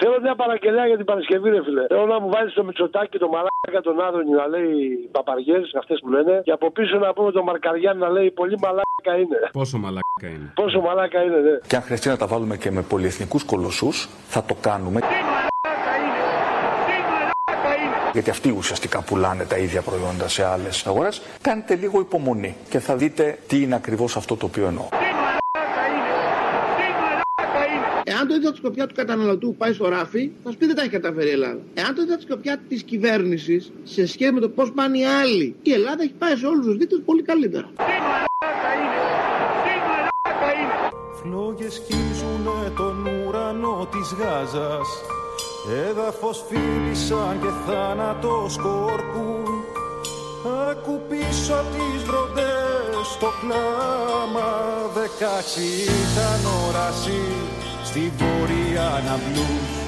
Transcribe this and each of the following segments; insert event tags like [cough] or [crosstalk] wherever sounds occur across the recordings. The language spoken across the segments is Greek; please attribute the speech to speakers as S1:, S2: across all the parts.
S1: Θέλω μια παραγγελία για την Παρασκευή, ρε φίλε. Θέλω να μου βάλεις το μυτσοτάκι, το μαλάκα, τον Άδωνη να λέει παπαριές, αυτές που λένε. Και από πίσω να πούμε τον Μαρκαριάν να λέει πολύ μαλάκα είναι.
S2: Πόσο μαλάκα είναι.
S1: Πόσο μαλάκα είναι, ναι.
S3: Και αν χρειαστεί να τα βάλουμε και με πολυεθνικούς κολοσσούς, θα το κάνουμε. Γιατί αυτοί ουσιαστικά πουλάνε τα ίδια προϊόντα σε άλλες αγορές. Κάντε λίγο υπομονή και θα δείτε τι είναι ακριβώς αυτό το οποίο εννοώ.
S4: Εάν το είδα τη σκοπιά του καταναλωτού που πάει στο ράφι, θα σου πει δεν τα έχει καταφέρει η Ελλάδα. Εάν το είδα τη σκοπιά της κυβέρνησης σε σχέση με το πώς πάνε οι άλλοι, η Ελλάδα έχει πάει σε όλους τους δείκτες πολύ καλύτερα.
S5: Φλόγες κύζουνε τον ουρανό της Γάζας Έδαφος φίλησαν και θάνατος σκορπούν Άκου πίσω απ' τις βροντές το κλάμα Δεκάξι ήταν όραση στη βόρεια να μπλούς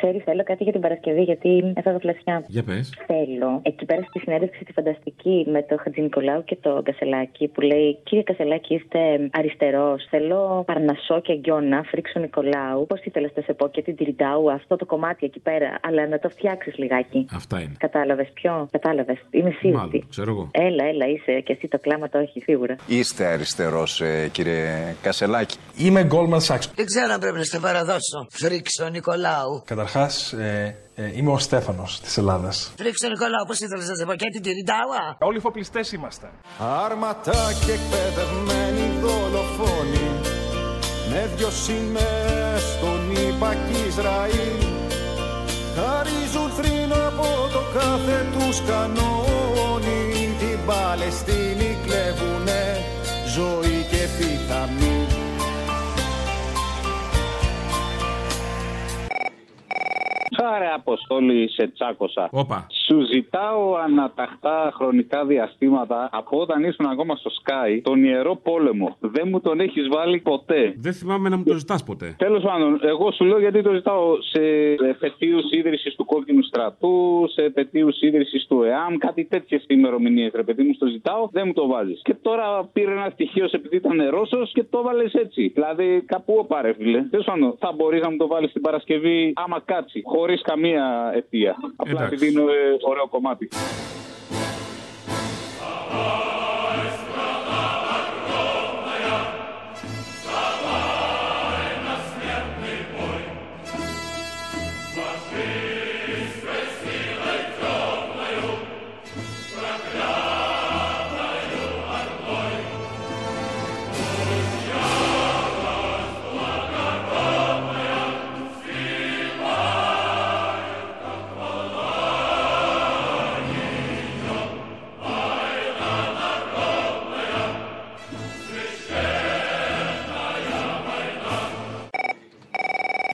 S6: Ξέρεις, θέλω κάτι για την Παρασκευή, γιατί έφαγα φλασιά.
S2: Για πες.
S6: Θέλω εκεί πέρα στη συνέντευξη τη φανταστική με τον Χατζη Νικολάου και τον Κασελάκη που λέει: Κύριε Κασελάκη, είστε αριστερός. Θέλω Παρνασό και Γκιώνα, φρίξο Νικολάου. Πώς ήθελες να σε πω και την Τριντάου, αυτό το κομμάτι εκεί πέρα, αλλά να το φτιάξεις λιγάκι.
S2: Αυτά είναι.
S6: Κατάλαβες ποιο, κατάλαβες. Είμαι σίγουρη.
S2: Μάλλον, ξέρω εγώ.
S6: Έλα, έλα, είσαι και εσύ το κλάμα το έχει σίγουρα.
S7: Είστε αριστερός, κύριε Κασελάκη.
S8: Είμαι Goldman Sachs.
S9: Δεν ξέρω αν πρέπει να σε παραδώσω. Φρίξο Νικολάου.
S8: Καταρχάς, ε, ε, είμαι ο Στέφανος της Ελλάδας.
S9: Φρίξο Νικολάου, πώ ήθελες να σε πω και την Τυριτάουα.
S8: Όλοι φοπλιστές είμαστε.
S5: Άρματα και εκπαιδευμένοι δολοφόνοι Με δυο σημαίες στον ύπακ Ισραήλ Χαρίζουν θρήνα από το κάθε τους κανόνι Την Παλαιστίνη κλέβουνε ζωή και πιθαμή
S10: Άρα, Αποστόλη, σε τσάκωσα.
S2: Όπα.
S10: Σου ζητάω αναταχτά χρονικά διαστήματα από όταν ήσουν ακόμα στο Sky τον ιερό πόλεμο. Δεν μου τον έχεις βάλει ποτέ.
S2: Δεν θυμάμαι να μου το ζητάς ποτέ.
S10: Τέλος πάντων, εγώ σου λέω γιατί το ζητάω σε επαιτίους ίδρυσης του κόκκινου στρατού, σε επαιτίους ίδρυσης του ΕΑΜ, κάτι τέτοιες ημερομηνίες. Ρε παιδί μου, στο ζητάω, δεν μου το βάζεις. Και τώρα πήρε ένα στοιχείο επειδή ήταν Ρώσος και το βάλες έτσι. Δηλαδή, κάπου όπα, ρε φίλε. Τέλος πάντων, θα μπορείς να μου το βάλεις την Παρασκευή άμα κάτσει χωρίς καμία αιτία. Απλά
S2: Εντάξει.
S10: επειδή είναι ε, ωραίο κομμάτι.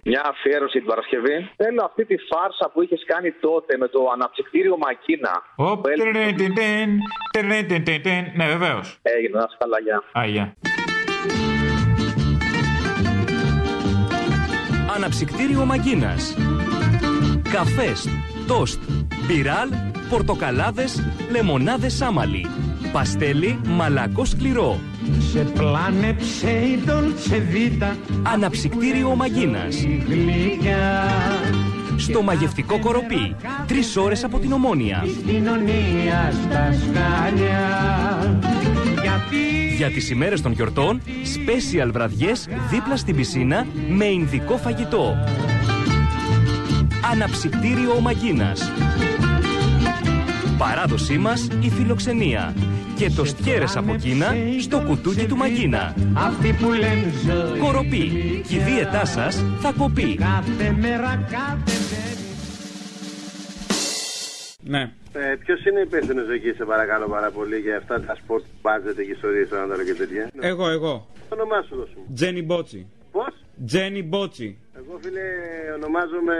S11: Μια αφιέρωση την Παρασκευή. Θέλω αυτή τη φάρσα που είχες κάνει τότε με το αναψυκτήριο Μακίνα.
S12: Οπ,
S11: Well-
S12: τερνετεντεν, τερνετεντεντεν. Ναι, βεβαίως.
S11: Έγινε, να σε καλά, γεια.
S12: Άγια.
S13: Αναψυκτήριο Μαγκίνας. Καφές, τόστ, πυράλ, πορτοκαλάδες, λεμονάδες σάμαλι. Παστέλι, μαλακό σκληρό.
S14: Σε πλάνεψε η Dolce Vita
S13: Αναψυκτήριο Μαγκίνας.
S14: γλυκιά
S13: Στο μαγευτικό κοροπή. Τρεις ώρες από την Ομόνια.
S14: της κοινωνίας τα σκαλιά. Γιατί
S13: Για τις ημέρες των γιορτών, special βραδιές δίπλα στην πισίνα με ινδικό φαγητό. Αναψυκτήριο Μαγκίνας. Παράδοσή μας η φιλοξενία. Και το στιέρες από Κίνα στο κουτούκι του Μαγκίνα.
S14: αυτοί που λένε ζωή
S13: Κοροπή. Και η δίαιτά σας θα κοπεί.
S14: κάθε μέρα κάθε
S12: Ναι.
S15: Ε, Ποιος είναι υπεύθυνος εκεί, σε παρακαλώ πάρα πολύ, για αυτά τα σπορτ μπάτζετ και ιστορίες στον Ανατολό και τέτοια.
S12: Εγώ, εγώ.
S15: Το όνομά σου δώσου μου.
S12: Τζένι Μπότσι.
S15: Πώ?
S12: Τζένι Μπότσι.
S15: Εγώ, φίλε, ονομάζομαι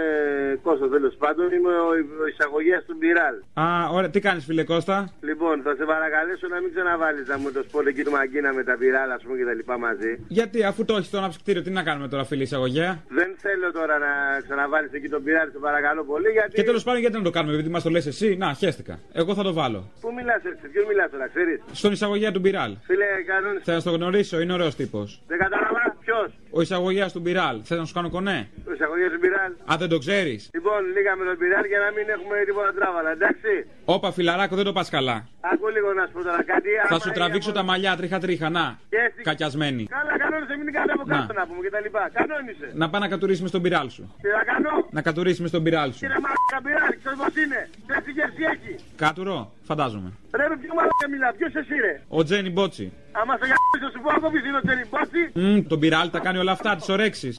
S15: Κώστας τέλος πάντων. Είμαι ο, ο εισαγωγέας του Μπιράλ.
S12: Α, ωραία. Τι κάνεις, φίλε Κώστα.
S15: Λοιπόν, θα σε παρακαλέσω να μην ξαναβάλεις να μου το σπορτ εκεί του Μαγκίνα με τα Μπιράλ, ας πούμε και τα λοιπά μαζί.
S12: Γιατί, αφού το έχεις στο αναψυκτήριο, τι να κάνουμε τώρα, φίλε εισαγωγέα.
S15: Δεν θέλω τώρα να ξαναβάλεις εκεί τον Μπιράλ, σε παρακαλώ πολύ, γιατί.
S12: Και τέλος πάντων, γιατί να το κάνουμε, επειδή μας το λες εσύ. Να, χαίστηκα. Εγώ θα το βάλω.
S15: Πού μιλάς έτσι, ποιον μιλάς τώρα, ξέρεις.
S12: Στον εισαγωγέα του Μπιράλ.
S15: Φίλε, κανόνες.
S12: Θα στο γνωρίσω, είναι ωραίος τύπος.
S15: Δεν καταλαβαίνω.
S16: Ποιος?
S17: Ο εισαγωγέας του Μπιράλ. Θες να σου κάνω κονέ.
S16: Ο εισαγωγέας του Μπιράλ.
S17: Α, δεν το ξέρεις.
S16: Λοιπόν, λίγα με τον Μπιράλ για να μην έχουμε τίποτα τράβαλα, εντάξει.
S17: Όπα, φιλαράκο, δεν το πας καλά.
S16: Ακού λίγο να σου πω τώρα κάτι.
S17: Θα
S16: άμα
S17: σου
S16: είναι
S17: τραβήξω τα μαλλιά τρίχα-τρίχα. Να,
S16: Και στην-
S17: κακιασμένη.
S16: Καλά, κανόνισε, μην κάνω από κάτω
S17: Να.
S16: να πούμε και τα λοιπά. Κανόνισε.
S17: Να πά να κατουρίσει με στον πυράλ σου.
S16: Τι να κάνω,
S17: Να κατουρίσει με στον πυράλ σου.
S16: κύριε Μαλάκα, Μπιράλ, ξέρεις πώς είναι. Ξέρει τι γερσή έχει.
S17: Κάτουρο, φαντάζομαι.
S16: Πρέπει πιο μαλάκα μιλά, ποιος εσύ ρε.
S17: Ο Τζένι Μπότσι.
S16: Άμα σε γαμίσει, θα σου πω από πίσω την οτσελιμπόση.
S17: Μμ, τον πυράλ τα κάνει όλα αυτά, τις ορέξει.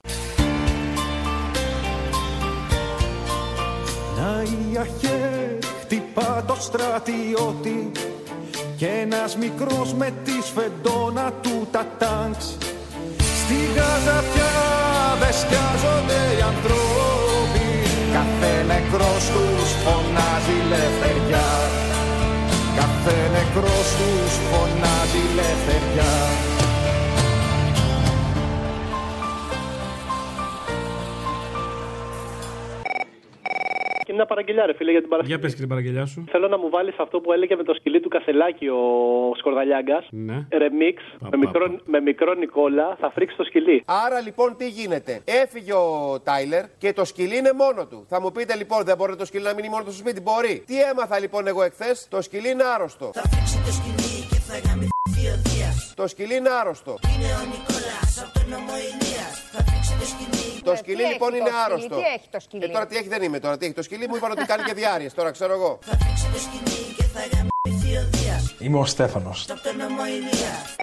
S5: Να η αχέ χτυπά το στρατιώτη και ένας μικρός με τη σφεντόνα του τα τάγκς Στη Γάζα πια δεν σκιάζονται οι ανθρώποι Κάθε νεκρός τους φωνάζει λευτεριά Κάθε νεκρός τους φωνάζει λευτεριά
S1: Και μια παραγγελιά, ρε φίλε, για την Παρασκευή.
S2: Για πες και την παραγγελιά σου.
S1: Θέλω να μου βάλεις αυτό που έλεγε με το σκυλί του Κασελάκη ο Σκορδαλιάγκας.
S2: Ναι.
S1: Ρεμίξ με, μικρό, με μικρό Νικόλα θα φρίξει το σκυλί.
S6: Άρα λοιπόν τι γίνεται. Έφυγε ο Τάιλερ και το σκυλί είναι μόνο του. Θα μου πείτε λοιπόν, δεν μπορεί το σκυλί να μείνει μόνο του στο σπίτι. Μπορεί. Τι έμαθα λοιπόν εγώ εχθές, το σκυλί είναι άρρωστο.
S18: το σκυλί και θα γαμηθεί ο Δίας.
S6: Το σκυλί είναι άρρωστο.
S18: Είναι ο Νικόλας από τον νόμο Ηλίας. Θα φίξει το σκυλί.
S6: Το σκυλί λοιπόν είναι άρρωστο.
S18: Τι έχει το σκυλί.
S6: Ε, τώρα τι έχει δεν είμαι τώρα. Τι έχει το σκυλί μου είπαν ότι κάνει και διάρρειε. Τώρα ξέρω εγώ.
S18: Θα φίξει το σκυλί και θα γαμηθεί ο Δίας.
S19: Είμαι ο Στέφανος.
S18: Από τον νόμο Ηλίας.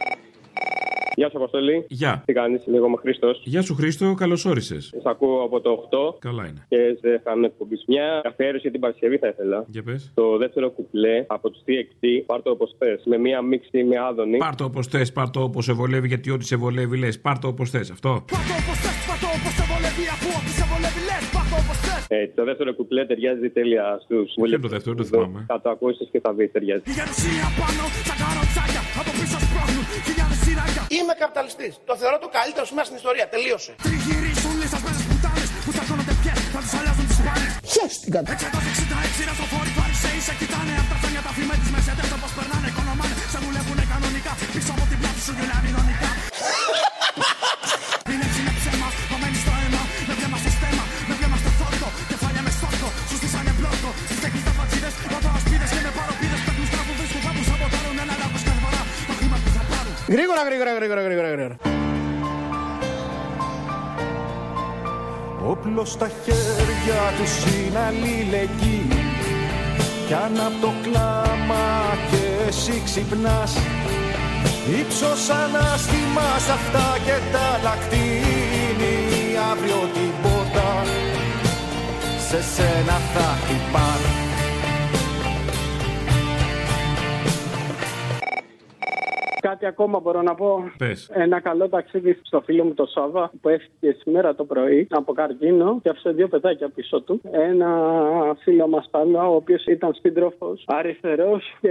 S13: Γεια σου, Αποστολή.
S2: Γεια.
S13: Ε, Τι κάνεις, λέγω με Χρήστος.
S2: Γεια σου Χρήστο, καλώς όρισες.
S13: Σ' ακούω από το 8
S2: Καλά είναι.
S13: και σε χάνω εκπομπή. Μια αφιέρωση για την Παρασκευή θα ήθελα.
S2: Για πες.
S13: Το δεύτερο κουπλέ από τους TXT, πάρ το όπως θες, με μία μίξη με άδωνη.
S2: Πάρ το όπως θες, πάρ το όπως σε βολεύει, γιατί ό,τι σε βολεύει λες. Πάρ το όπως θες, αυτό.
S20: Σπατώ όπως σε βολεύει, ακούω ότι σε βολεύει, λες, πάθω όπως θες.
S13: Ε, το δεύτερο κουπλέ ταιριάζει τέλεια στους
S2: το
S13: βουλευτέ.
S2: δεύτερο, το θυμάμαι.
S13: Θα το ακούσεις και θα δει ταιριάζει.
S20: Η ανοσία πάνω, σαν καροτσάκια, από πίσω σπρώχνουν χιλιάδες σειράκια. Είμαι καπιταλιστής, το θεωρώ το καλύτερο σήμερα στην ιστορία, τελείωσε. Τριγυρίζουν λυσσασμένες πουτάνες, που θα κόνονται πια, θα τις αλλάζουν τις πάνες. Χαίστηκαν. 666 είναι στο φόρι, φαρισαίοι σε κοιτάνε, απ' τα φρένια τα φημέ της μεσέτες, όπως περνάνε, οικονομάνε, σε δουλεύουνε κανονικά, πίσω από την πλάτη σου γελάνε ηρωνικά. Είναι έτσι είναι ψέμα, κομμένοι στο αίμα, με βλέμμα στο στέμα, με βλέμμα στο φόρτο, κεφάλια με στόχο, σου στήσανε μπλόκο, στις τέχνες τα πατσίδες, ρωτώ ασπίδες και με παροπίδες, παίρνουν στραβού βρίσκουν κάπου σαμποτάρουν, ένα λάθος καθαρά, το χρήμα που θα πάρουν.
S6: Γρήγορα, γρήγορα, γρήγορα, γρήγορα. γρήγορα.
S5: Όπλο στα χέρια τους είναι αλληλεγγύη Κι αν απ' το κλάμα και εσύ ξυπνάς Ήψος ανάστημα σ' αυτά και τα λακτίνη Αύριο την πόρτα σε σένα θα χτυπάν
S10: Κάτι ακόμα μπορώ να πω.
S2: Πες.
S10: Ένα καλό ταξίδι στο φίλο μου το Σάβα που έφυγε σήμερα το πρωί από καρκίνο και άφησε δύο παιδάκια πίσω του. Ένα φίλο μας παλά, ο οποίος ήταν σύντροφος, αριστερός και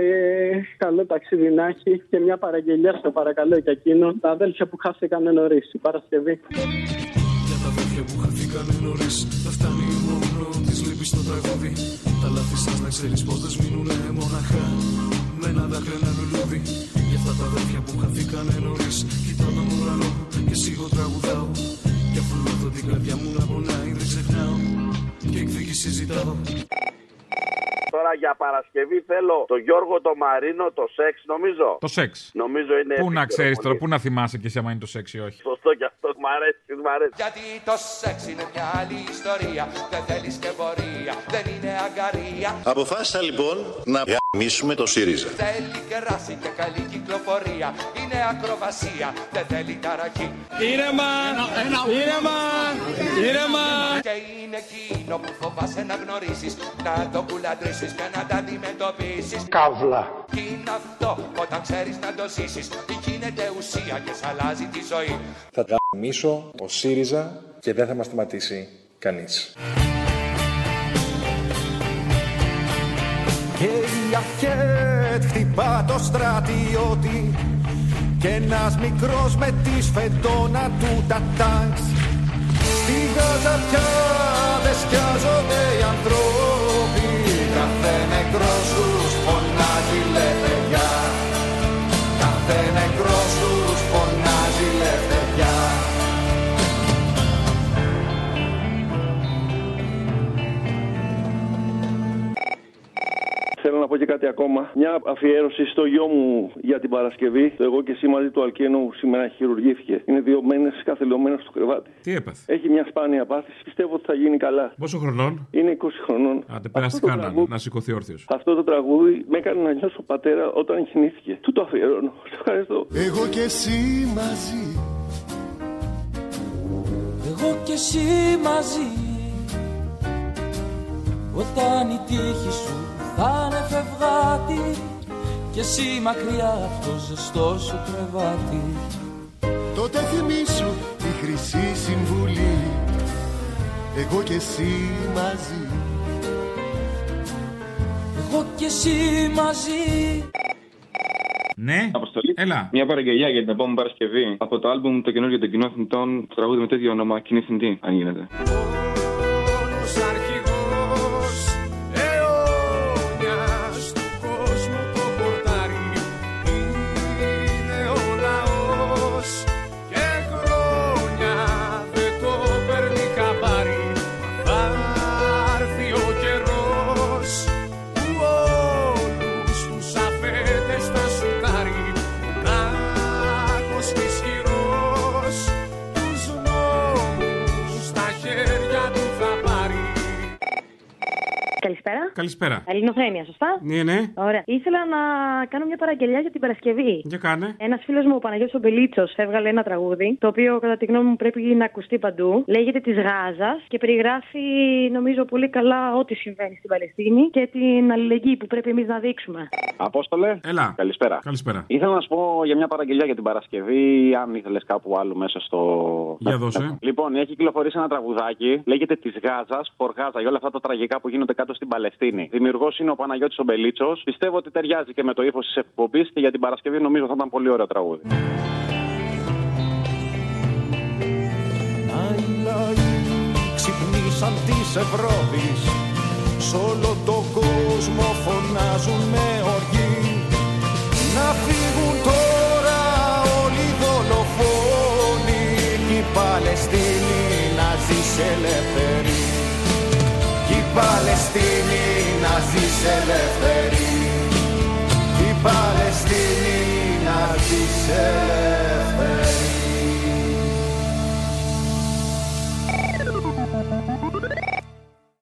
S10: καλό ταξίδι να έχει. Και μια παραγγελιά στο παρακαλώ για εκείνον. Τα αδέλφια που χάθηκαν νωρίς, η Παρασκευή.
S21: Για τα αδέρφια που χαθήκανε νωρίς, θα φτάνει μόνο τη λύπη στο τραγούδι. Τα λάθη σας να ξέρεις πω δεν σμείνουνε μοναχά. Με ένα δάκρυ ένα λουλούδι. Για αυτά τα αδέρφια που χαθήκανε νωρίς, κοιτάω τον ουρανό και σίγω τραγουδάω. Κι αφού νιώθω την καρδιά μου να πονάει, δεν ξεχνάω. Και εκδίκηση ζητάω.
S22: Τώρα για Παρασκευή θέλω το Γιώργο το Μαρίνο, το σεξ, νομίζω.
S2: Το σεξ.
S22: Νομίζω είναι.
S13: Ε,
S2: Πού να
S22: επίκαιρο
S2: ξέρεις
S22: πολύ.
S2: τώρα, πού να θυμάσαι και εσύ άμα είναι το σεξ ή όχι.
S22: Σωστό και [laughs] αυτό, μ' αρέσει, μ' αρέσει.
S23: Γιατί το σεξ είναι μια άλλη ιστορία. Δεν θέλεις και πορεία, δεν είναι αγκαρία.
S24: Αποφάσισα λοιπόν να γαμίσουμε το ΣΥΡΙΖΑ.
S23: Θέλει κεράσι και καλή κυκλοφορία. Είναι ακροβασία, δεν θέλει ταραχή.
S25: Ήρεμα, ήρεμα, ήρεμα.
S23: Και είναι εκείνο που φοβάσαι να γνωρίσεις Να το κουλαντρήσεις και να τα αντιμετωπίσεις
S24: Καύλα.
S23: Τι είναι αυτό όταν ξέρεις να το ζήσεις Τι γίνεται ουσία και σ' αλλάζει τη ζωή
S3: Θα γαμίσω ο ΣΥΡΙΖΑ και δεν θα μας σταματήσει κανείς.
S5: Και η Αχέτ χτυπά το στρατιώτη Κι ένας μικρός με τη σφεντόνα του τα τάγκς Στη Γάζα πια δεν σκιάζονται οι ανθρώποι Κάθε νεκρός τους φωνάζει λευτεριά Κάθε νεκρός τους φωνάζει λευτεριά
S1: Θέλω να πω και κάτι ακόμα. Μια αφιέρωση στο γιο μου για την Παρασκευή. Το εγώ και εσύ μαζί του Αλκένου που σήμερα χειρουργήθηκε. Είναι δύο μένε καθελωμένο στο κρεβάτι.
S26: Τι έπαθε.
S1: Έχει μια σπάνια πάθηση. Πιστεύω ότι θα γίνει καλά.
S26: Πόσο χρονών.
S1: Είναι 20 χρονών.
S26: Άντε,
S1: Αυτό το
S26: πέραστηκαν
S1: τραγούδι-
S26: να σηκωθεί όρθιος.
S1: Αυτό το τραγούδι με έκανε να νιώσω πατέρα όταν γεννήθηκε. Του το αφιερώνω. Σε ευχαριστώ.
S27: Εγώ και εσύ μαζί
S28: Εγώ και εσύ μαζί Όταν η τύχη σου θα είναι φευγάτη Και εσύ μακριά από το ζεστό σου κρεβάτι
S27: Τότε θυμήσου τη χρυσή συμβουλή Εγώ και εσύ μαζί
S28: Εγώ και εσύ μαζί
S26: Ναι.
S5: Αποστολή.
S26: Έλα.
S5: Μια παραγγελιά για την επόμενη Παρασκευή. Από το άλμπουμ το καινούργιο των κοινών θνητών, το τραγούδι με τέτοιο όνομα, κοινή θνητή, αν γίνεται. Ως αρχηγός αιώνιας του κόσμου το πορτάρι Είναι ο λαός και χρόνια δεν το παίρνει καμπάρι Μα Θα έρθει ο καιρός που όλους τους αφέντες θα σουτάρει Μονάχος και ισχυρός τους νόμους στα χέρια του θα πάρει
S6: Καλησπέρα.
S26: Καλησπέρα.
S6: Ελληνοφρένεια, σωστά.
S26: Ναι, ναι.
S6: Ωραία. Ήθελα να κάνω μια παραγγελιά για την Παρασκευή.
S26: Για κάνε.
S6: Ένας φίλος μου, ο Παναγιώτης Ομπελίτσο, έβγαλε ένα τραγούδι, το οποίο κατά τη γνώμη μου πρέπει να ακουστεί παντού. Λέγεται Της Γάζας και περιγράφει, νομίζω, πολύ καλά ό,τι συμβαίνει στην Παλαιστίνη και την αλληλεγγύη που πρέπει εμείς να δείξουμε.
S2: Απόστολε.
S26: Έλα.
S2: Καλησπέρα.
S26: Καλησπέρα.
S2: Ήθελα να σου πω για μια παραγγελιά για την Παρασκευή, αν ήθελες κάπου άλλο μέσα στο.
S26: Για δώσε.
S2: Λοιπόν, έχει κυκλοφορήσει ένα τραγουδάκι, λέγεται Της Γάζας, For Gaza, για όλα αυτά τα τραγικά που γίνονται κάτω στην Παλαιστίνη. Δημιουργός είναι ο Παναγιώτης Ομπελίτσο. Πιστεύω ότι ταιριάζει και με το ύφος της εκπομπής και για την Παρασκευή νομίζω θα ήταν πολύ ωραίο τραγούδι.
S29: Οι λαοί ξυπνήσαν της Ευρώπης Σ' όλο τον κόσμο φωνάζουν με οργή Να φύγουν τώρα όλοι οι δολοφόνοι Κι η Παλαιστίνη να ζήσει ελεύθερη Κι η Παλαιστίνη να ζήσει ελεύθερη Κι η Παλαιστίνη να ζήσει ελεύθερη